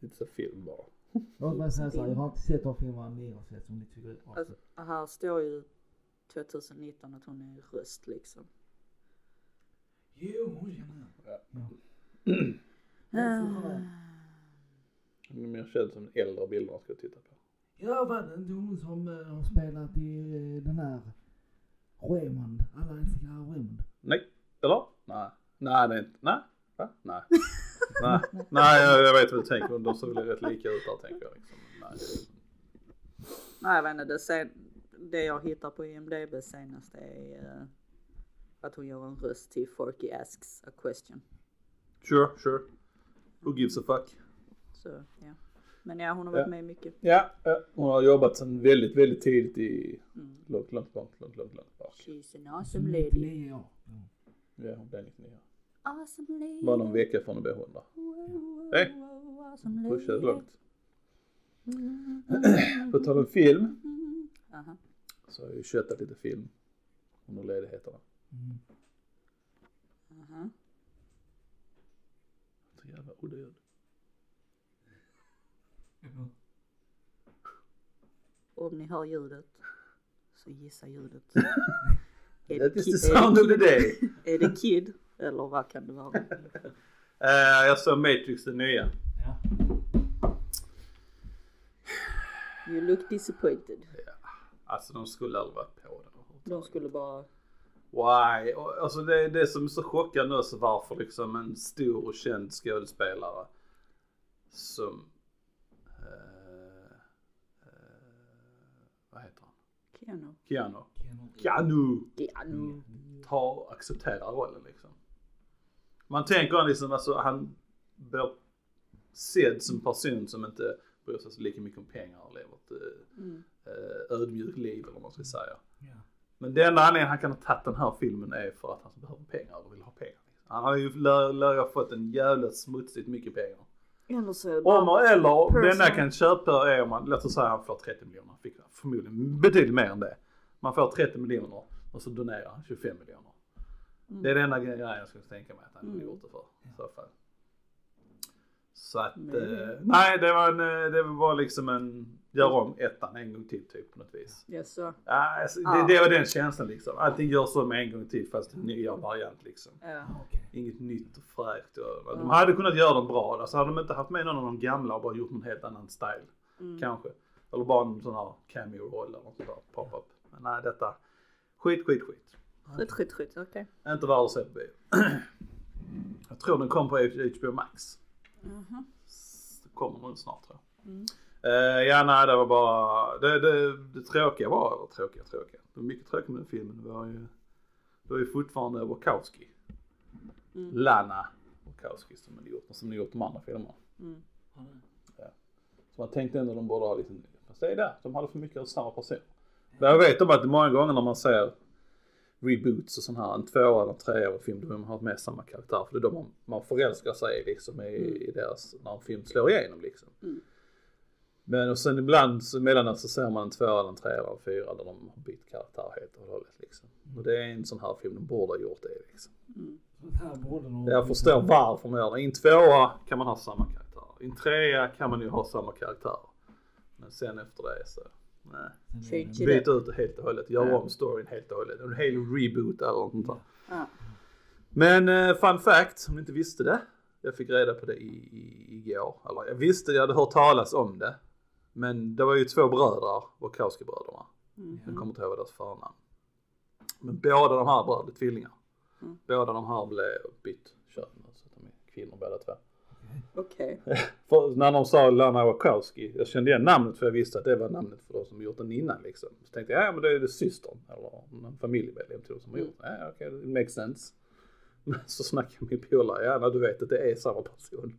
S2: Inte så film bara.
S3: låt mig säga såhär, jag har inte sett de filmerna ni har sett som ni tycker är
S1: Alltså,
S3: awesome.
S1: här står ju 2019 att hon är röst liksom.
S3: Jo, hon känner
S2: Ja.
S3: jag. Ja. Jag får kolla.
S2: Den är mer känd som den äldre bilderna ska jag titta på.
S3: Ja, var det inte hon som eh, har spelat i eh, den här Raymond? Alla älskar Raymond.
S2: Nej. Eller? Nej. Nej, det är inte. Nej. Va? Nej. Nej. Nej, jag, jag vet vad du tänker. De såg väl rätt lika ut där tänker jag. Liksom. Nej.
S1: Nej, jag vet inte. Det, sen, det jag hittar på IMDB senast är eh, att hon gör en röst till Forky Asks a Question.
S2: Sure, sure. Who gives a fuck?
S1: Så, ja. Men ja, hon har varit
S2: Ja.
S1: med mycket.
S2: Ja, ja, hon har jobbat sedan väldigt, väldigt tidigt i
S1: Mm.
S2: långt, långt, långt, långt, långt, långt bak.
S1: She's an awesome lady.
S3: Nio år.
S2: Ja, hon blev 99.
S1: Awesome lady.
S2: Bara någon vecka från att bli 100. Nej.
S1: Awesome
S2: Pushade
S1: lady.
S2: långt. På tal om film
S1: Mm. Aha.
S2: så har jag ju köttat lite film under ledigheterna.
S3: Mm.
S1: Aha.
S2: Så jävla odöd.
S3: Ja.
S1: Om ni hör ljudet så gissa ljudet. är,
S2: That is
S1: ki-
S2: the
S1: är
S2: sound of the
S1: kid-
S2: day.
S1: Är det Kid? Eller vad kan det vara?
S2: Eh, jag såg Matrix den nya.
S3: Ja.
S1: You look disappointed.
S2: Alltså de skulle aldrig varit på det.
S1: De skulle bara...
S2: Why? Och, Alltså det är det som är så chockande också varför liksom en stor och känd skådespelare som... eh, eh, vad heter han?
S1: Keanu.
S2: Keanu.
S3: Keanu.
S2: Keanu!
S1: Keanu.
S2: Tar och accepterar rollen liksom. Man tänker han liksom alltså han blir sedd som person som inte bryr sig så lika mycket om pengar och lever ett
S1: Mm.
S2: eh, ödmjukt liv eller vad man ska säga.
S3: Ja.
S2: Men den enda anledningen han kan ha tagit den här filmen är för att han behöver pengar och vill ha pengar. Han har ju lär, lär ju ha fått en jävla smutsigt mycket pengar.
S1: Eller så är det
S2: Om
S1: bara...
S2: och eller, det
S1: Personal.
S2: enda jag kan köpa är om man, låt oss säga han får 30 miljoner, han fick förmodligen betydligt mer än det. Man får 30 miljoner och så donerar han 25 miljoner.
S1: Mm.
S2: Det är den enda grejen jag skulle tänka mig att han hade
S1: Mm.
S2: gjort det för i så fall. Så att,
S1: Nej.
S2: eh, nej det var, en, eh, det var bara liksom en, gör om ettan en gång till typ på något vis.
S1: Jaså?
S2: Ja, Alltså,
S1: Ja.
S2: det, det var den känslan liksom, allting görs om en gång till fast en nya variant liksom.
S1: Ja.
S3: Ah, Okej.
S2: Inget nytt och fräscht. och- De
S1: Mm.
S2: hade kunnat göra dem bra. Alltså hade de inte haft med någon av de gamla och bara gjort en helt annan style.
S1: Mm.
S2: Kanske. Eller bara en sån här cameo-roll eller något sånt där pop-up. Men nej, detta. Skit, skit, skit.
S1: Skit, skit, skit. Okej.
S2: Inte värd att se på bio. Jag tror den kom på HBO Max.
S1: Jaha.
S2: Så kommer den snart tror jag.
S1: Mhm. Mm.
S2: Eh, ja, nej, det var bara... Det, det, det tråkiga var... Eller tråkiga, tråkiga. Det var mycket tråkigt med den filmen. Det var ju... Det var ju fortfarande Wachowski.
S1: Mm.
S2: Lana Wachowski som hade gjort, som hade gjort de andra filmerna.
S1: Mm.
S2: Så man tänkte ändå de borde ha lite, fast det är där, de hade för mycket av samma person. Men jag vet om att många gånger när man ser reboots och sån här, en tvåa eller treårig film, då vill man ha med samma karaktär. För det är de man, man förälskar sig i liksom i, i deras, när en film slår igenom liksom.
S1: Mm.
S2: Men och sen ibland så emellanåt så ser man en tvåa eller en trea eller en fyra där de har bytt karaktär helt och hållet liksom. Och det är en sån här film, de borde ha gjort det liksom.
S1: Mm.
S3: Sånt här borde nog...
S2: Jag förstår varför man gör det. I en tvåa kan man ha samma karaktär. I en trea kan man ju ha samma karaktär. Men sen efter det så, nej.
S1: Change it
S2: Mm, Byt
S1: up.
S2: ut det helt och hållet. Gör
S1: Ja.
S2: om storyn helt och hållet. En hel reboot eller något sånt där.
S1: Ja.
S2: Men eh, fun fact, om ni inte visste det. Jag fick reda på det i, i, igår. Eller jag visste, jag hade hört talas om det. Men det var ju två bröder, Wachowski-bröderna. Jag
S1: Mhm.
S2: kommer inte ihåg deras förnamn. Men båda de här bröderna är tvillingar.
S1: Mm.
S2: Båda de här blev bytt kön. Så att de är kvinnor båda två.
S1: Okej.
S2: För när de sa Lana Wachowski, jag kände igen namnet för jag visste att det var namnet för de som gjort den innan liksom. Så tänkte jag, ja men det är det systern eller en familjemedlem till dem som har gjort det. Ja, okej, det makes sense. Men så snackade jag med min polare, ja när du vet att det är samma person.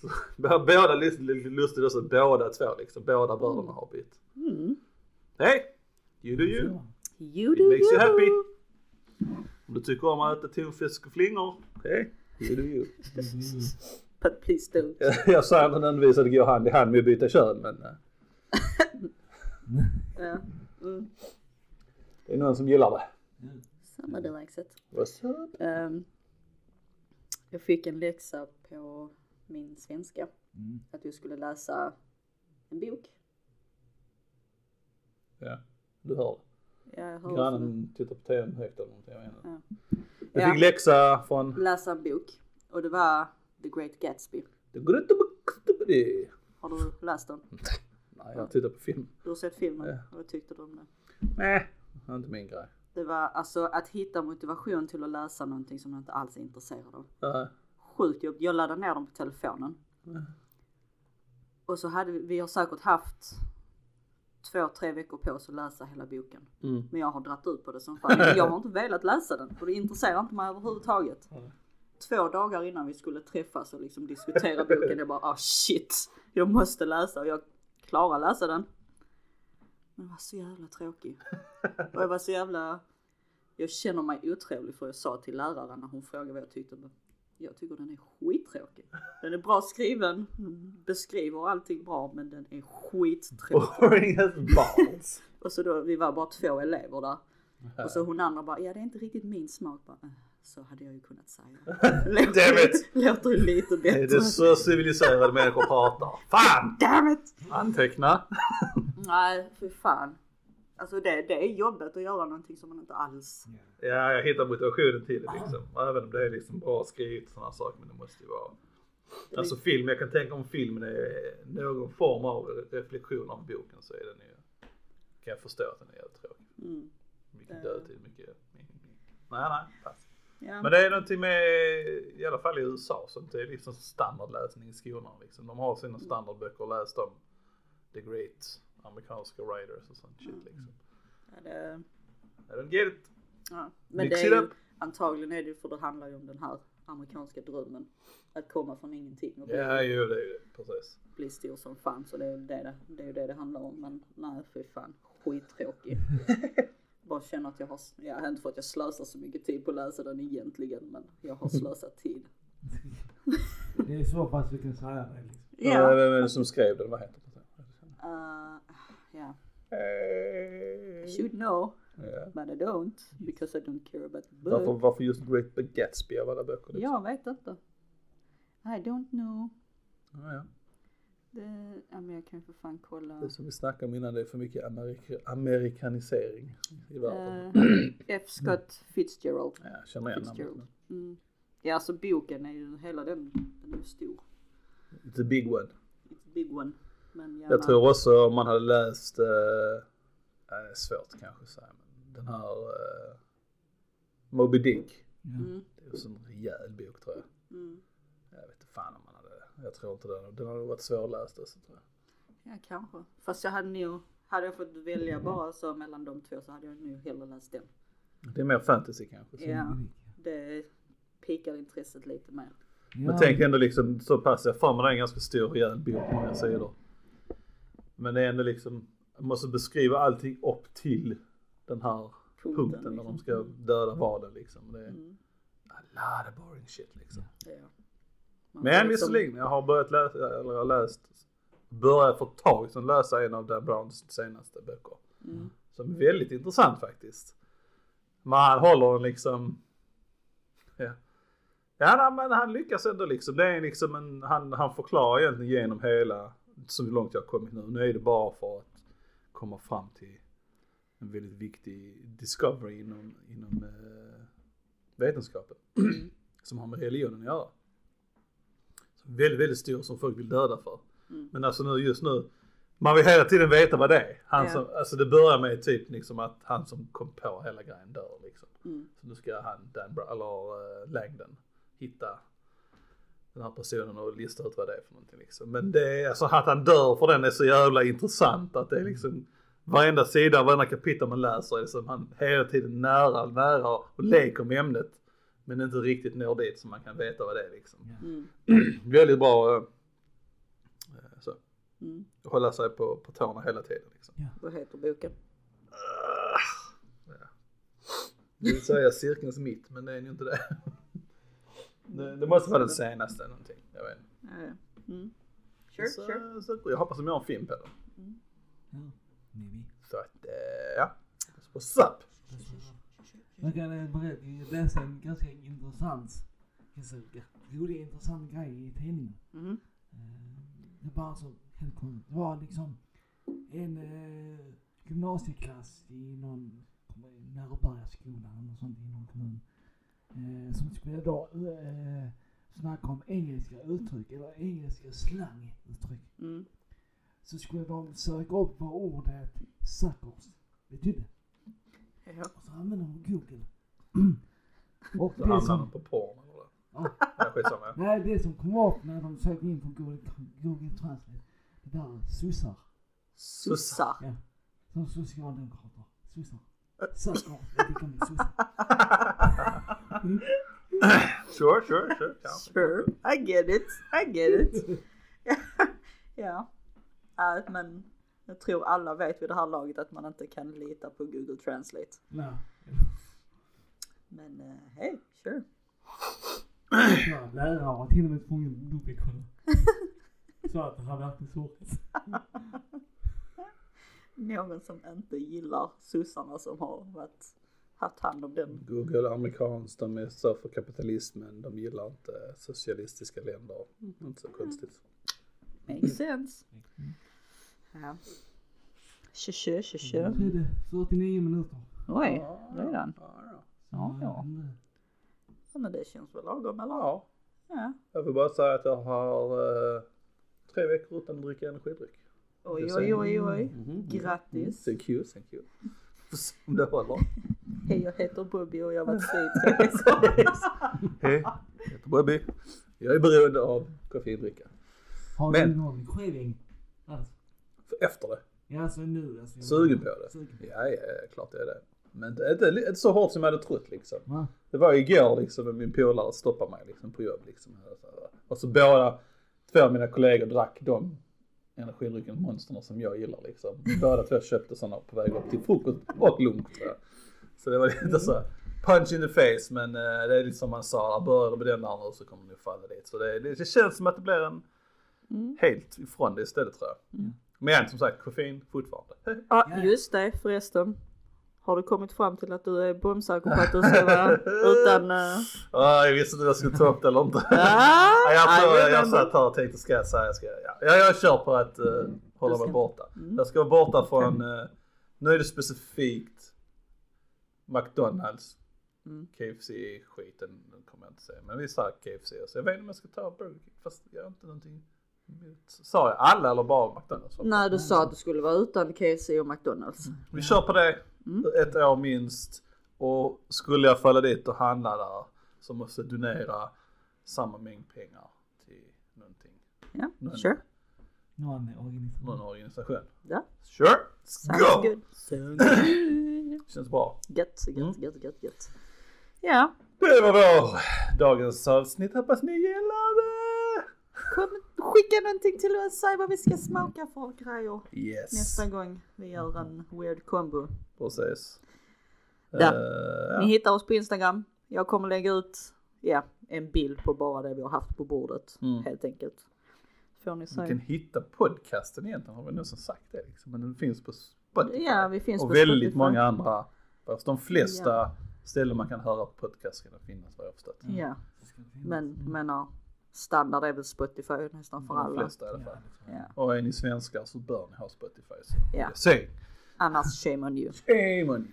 S2: så, b- båda, lite lite lustigt också, båda två liksom, båda bröderna har bytt.
S1: Mm.
S2: Hej! You do you.
S1: You do
S2: It makes you
S1: you.
S2: happy. Om du tycker om att äta tonfisk och flingor. Hej! You do you.
S1: But please don't.
S2: Jag sa inte nödvändigtvis att det går hand i hand med att byta kön men eh,
S1: Ja. Mm.
S2: det är någon som gillar det.
S1: Somebody likes it.
S2: What's up?
S1: Ehm, jag fick en läxa på min svenska.
S3: Mm.
S1: Att jag skulle läsa en bok.
S2: Ja, du hör
S1: Ja, jag
S2: det.
S1: hör också
S2: Grannen tittar på tvn högt eller någonting. Jag vet inte.
S1: Ja.
S2: Jag
S1: Ja.
S2: fick läxa från...
S1: Läsa en bok. Och det var The Great Gatsby.
S2: Nej,
S1: Har du läst den?
S2: jag tittar på film.
S1: Du har sett filmen?
S2: Ja.
S1: Vad tyckte du om den?
S2: Nej, det är inte min grej.
S1: Det var alltså att hitta motivation till att läsa någonting som jag inte alls är intresserad av.
S2: Nej.
S1: Sjukt jobb. Jag laddade ner dem på telefonen. Och så hade vi, vi har säkert haft två, tre veckor på oss att läsa hela boken.
S2: Mm.
S1: Men jag har dratt ut på det som fan. Jag har inte velat läsa den och det intresserar inte mig överhuvudtaget. två dagar innan vi skulle träffas och liksom diskutera boken. Jag bara, ah shit, jag måste läsa och jag klarar läsa den. Men den var så jävla tråkig. Och jag var så jävla, jag känner mig otrevlig för jag sa till läraren när hon frågade vad jag tyckte. men Jag tycker den är skittråkig. Den är bra skriven, beskriver allting bra men den är skittråkig.
S4: Boring as balls.
S1: Och så då, vi var bara två elever där. Och så hon andra bara, ja det är inte riktigt min smak. Bara, "Eh, så hade jag ju kunnat säga.
S4: Damn it!
S1: Låter ju lite
S4: Det är
S1: bättre.
S4: så civiliserade människor pratar. Fan!
S1: Damn it!
S2: Anteckna.
S1: Nej, fy fan. Alltså det, det är jobbigt att göra någonting som man inte alls...
S4: Ja, jag hittar motivationen till det liksom. Även om det är liksom bra skrivet och sådana saker. Men det måste ju vara. Alltså film, jag kan tänka om filmen är någon form av reflektion av boken så är den ju. Kan jag förstå att den är jävligt tråkig.
S1: Mm.
S4: Mycket dödtid, mycket. Nej, nej. Pass.
S1: Ja.
S4: Men det är någonting med, i alla fall i USA, så det är liksom standardläsning i skolan liksom. De har sina standardböcker och läser om the great amerikanska writers och sånt shit liksom.
S1: Ja, det,
S4: I don't get it.
S1: ja. Men
S4: Mix
S1: det
S4: it
S1: är ju,
S4: up.
S1: antagligen är det ju för det handlar ju om den här amerikanska drömmen. Att komma från ingenting och bli,
S4: Ja, jo det är ju det. Precis.
S1: bli stor som fan. Så det är ju det det, det, är ju det, det handlar om. Men nej, fy fan. Skittråkig. Bara känner att jag har, jag har inte för att jag slösar så mycket tid på att läsa den egentligen. Men jag har slösat tid.
S3: Det är så pass vi kan säga det. Liksom.
S1: Ja.
S2: Vem är det som skrev den? Vad heter den?
S1: Uh, yeah. I
S2: Eh,
S1: should know.
S2: ja.
S1: But I don't. Because I don't care about the book.
S2: Varför, varför just Great Gatsby av alla böcker? liksom?
S1: Jag vet inte. I don't know.
S2: Ja, ja.
S1: Det, ja, men jag kan ju för fan kolla.
S2: Det som vi snackade om innan, det är för mycket amerik- amerikanisering i världen.
S1: Eh, F. Scott Fitzgerald.
S2: Ja, jag känner igen
S1: Fitzgerald.
S2: namnet.
S1: Mm. Ja, alltså boken är ju, hela den, den är ju stor.
S2: It's a big one.
S1: It's a big one. Men jävlar.
S2: Jag tror också om man hade läst, eh, nej, det är svårt kanske att säga, men den här eh, Moby Dick.
S1: Mm,
S2: Det är också en rejäl bok tror jag.
S1: mm.
S2: Jag vet inte fan om man hade, jag tror inte den, den hade varit svårläst också tror jag.
S1: Ja, kanske. Fast jag hade nog, hade jag fått välja bara så mellan de två så hade jag nog hellre läst den.
S2: Alltså, Det är mer fantasy kanske. så.
S1: Ja, det pikar intresset lite mer.
S2: Men tänk ändå liksom så pass, jag får mig det är en ganska stor rejäl bok, många sidor. Men det är ändå liksom, man måste beskriva allting upp till den här punkten, när de ska döda vaden liksom. Det är
S1: Mm.
S2: a lot of boring shit liksom.
S1: Ja. Man får liksom
S2: Men visserligen, jag har börjat läsa, eller jag har läst, börjat för ett tag sedan läsa en av Dan Browns senaste böcker.
S1: Mm.
S2: Som är väldigt intressant faktiskt. Men han håller den liksom, ja. Ja nej, men han lyckas ändå liksom, det är liksom en, han, han förklarar egentligen genom hela, så långt jag har kommit nu. Nu är det bara för att komma fram till en väldigt viktig discovery inom, inom eh, vetenskapen. som har med religionen att göra. Som är väldigt, väldigt stor som folk vill döda för.
S1: Mm.
S2: Men alltså nu just nu, man vill hela tiden veta vad det är. Han
S1: Ja.
S2: som, alltså det börjar med typ liksom att han som kom på hela grejen dör liksom.
S1: Mm.
S2: Så nu ska han, Dan Bra- eller uh, Langdon, hitta den här personen och lista ut vad det är för någonting liksom. Men det är, alltså att han dör för den är så jävla intressant att det är liksom varenda sida, varenda kapitel man läser är som han hela tiden nära, nära och
S1: Mm.
S2: leker med ämnet. Men inte riktigt når dit så man kan veta vad det är liksom.
S1: Mm.
S2: Väldigt bra eh, eh, så.
S1: Mm.
S2: Hålla sig på, på tårna hela tiden liksom.
S1: Vad heter boken?
S2: Jag vill säga cirkelns mitt men det är ju inte det. Det, det måste vara den senaste någonting. Jag vet inte.
S1: Eh, Mm. Sure,
S2: så,
S1: sure.
S2: Så, jag hoppas att jag har en film på den.
S3: Ja, maybe.
S2: Så att eh, ja. What's up?
S3: Jag kan eh, berätta, läsa en ganska intressant, ganska rolig intressant grej i tidningen.
S1: Mhm.
S3: Eh, Det var så helt konstigt. Det var liksom en eh, gymnasieklass i någon Närbergaskolan eller något sånt i någon kommun. Eh, som skulle då eh, snacka om engelska uttryck eller engelska slanguttryck.
S1: Mm.
S3: Så skulle de söka upp vad ordet suckers betydde.
S1: Ja.
S3: Och så använde de Google. Och
S2: Så
S3: det
S2: hamnar de
S3: som,
S2: på porn eller vad?
S3: ja,
S2: Ja, skitsamma. ja.
S3: nej, det som kom upp när de sökte in på Google, Google Translate, det där är sossar.
S1: Sussa.
S3: Ja. Som socialdemokrater. Sossar. Sossar. Jag tycker om sossar.
S2: Sure, sure, sure. kanske.
S1: Sure, I get it, I get it. ja, Nej, men jag tror alla vet vid det här laget att man inte kan lita på Google Translate.
S3: Nej.
S1: Men eh, hej, sure.
S3: Ja, Lärare var till och med tvungen att dubbelkolla. Så att det här verkligen sorkat.
S1: Någon som inte gillar sossarna som har varit, haft hand om den.
S2: Google är amerikanskt, de är så för kapitalismen, de gillar inte socialistiska länder.
S1: Mm-hmm.
S2: Inte så konstigt. Mm.
S1: Makes sense. Ja. Tjö, tjö, tjö, tjö.
S2: Mm.
S3: Nu är det 49 minuter.
S1: Oj, redan.
S2: Ja, ja.
S1: Ja, ja.
S3: Mm.
S1: Ja, men det känns väl lagom eller?
S2: Ja,
S1: Ja.
S2: jag får bara säga att jag har eh, tre veckor utan att dricka energidryck.
S1: Oj,
S2: Jag
S1: oj,
S2: säger-
S1: oj, oj.
S2: Mhm.
S1: Grattis.
S2: Thank you, thank you. Får se Om det håller.
S1: Hej, jag heter Bobby och jag var fri tre veckor.
S2: Hej, jag heter Bobby. Jag är beroende av koffeindricka.
S3: Har du
S2: Men-
S3: någon skäving? Alltså,
S2: För efter det.
S3: ja, alltså nu alltså.
S2: Sugen på det?
S3: Sugen.
S2: Ja, ja, ja, klart jag är det. Men inte, inte, inte så hårt som jag hade trott liksom.
S3: Va?
S2: Det var igår liksom när min polare stoppade mig liksom på jobb liksom. Och så båda, två av mina kollegor drack de energidrycken monsterna som jag gillar liksom. Båda två köpte sådana på väg upp till frukost och lunch tror jag. Så det var lite så punch in the face men eh, det är lite som man sa, börjar du med den andra så kommer du falla dit. Så det, det, det känns som att det blir en
S1: Mm.
S2: helt ifrån det istället tror jag. Men som sagt, koffein fortfarande.
S1: Ja, just det förresten. Har du kommit fram till att du är bombsäker på att du ska vara utan... Uh...
S2: Ah, jag visste inte om jag skulle ta upp det eller inte.
S1: Ah,
S2: Ja, jag tror jag, jag
S1: remember.
S2: satt här och tänkte, ska jag säga, ska jag, ja. ja, jag kör på att eh, hålla
S1: ska-
S2: mig borta.
S1: Mm.
S2: Jag ska vara borta från, eh, nu är det specifikt McDonalds,
S1: Mm.
S2: KFC-skiten, den kommer jag inte säga, men vi sa KFC, så jag vet inte om jag ska ta Burger King, fast jag har inte någonting emot. Sa jag alla eller bara McDonalds?
S1: Nej, du sa att du skulle vara utan KFC och McDonalds.
S2: Vi kör på det
S1: Mm.
S2: ett år minst och skulle jag falla dit och handla där så måste jag donera samma mängd pengar till någonting.
S1: Ja,
S2: Nej.
S1: sure.
S3: Någon organisation.
S2: någon organisation.
S1: Ja.
S2: Sure,
S1: Sounds
S2: let's go!
S1: good. Sounds good.
S2: Känns bra.
S1: Gött, gött, gött, gött, gött. Ja,
S2: Det var då dagens avsnitt. Hoppas ni gillar det!
S1: kom, skicka någonting till oss, säg vad vi ska smaka för grejer
S2: Yes,
S1: nästa gång vi gör en weird combo.
S2: precis.
S1: Ja.
S2: Eh,
S1: Ni hittar oss på Instagram. Jag kommer lägga ut ja, en bild på bara det vi har haft på bordet
S2: Mm.
S1: helt enkelt. Får ni
S2: Ni kan
S1: se.
S2: hitta podcasten egentligen, har vi någonsin sagt det? Liksom. Men den finns på Spotify.
S1: Ja, vi finns
S2: och
S1: på
S2: väldigt
S1: Spotify.
S2: många andra. Fast de flesta ställen man kan höra podcast ska det finnas vad jag har förstått.
S1: Ja,
S3: Ska det finnas?
S1: men menar standard är väl Spotify nästan för
S2: De
S1: alla.
S2: flesta i alla fall.
S1: Ja.
S2: Och är ni svenskar så bör ni ha Spotify. Så.
S1: Ja.
S2: Säg!
S1: Annars shame on you.
S2: Shame on you.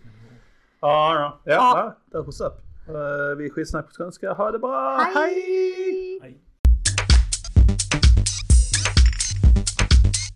S2: Ja, ja. ja. That was up. Eh, vi är skitsnack på skånska. Ha det bra!
S1: Hej!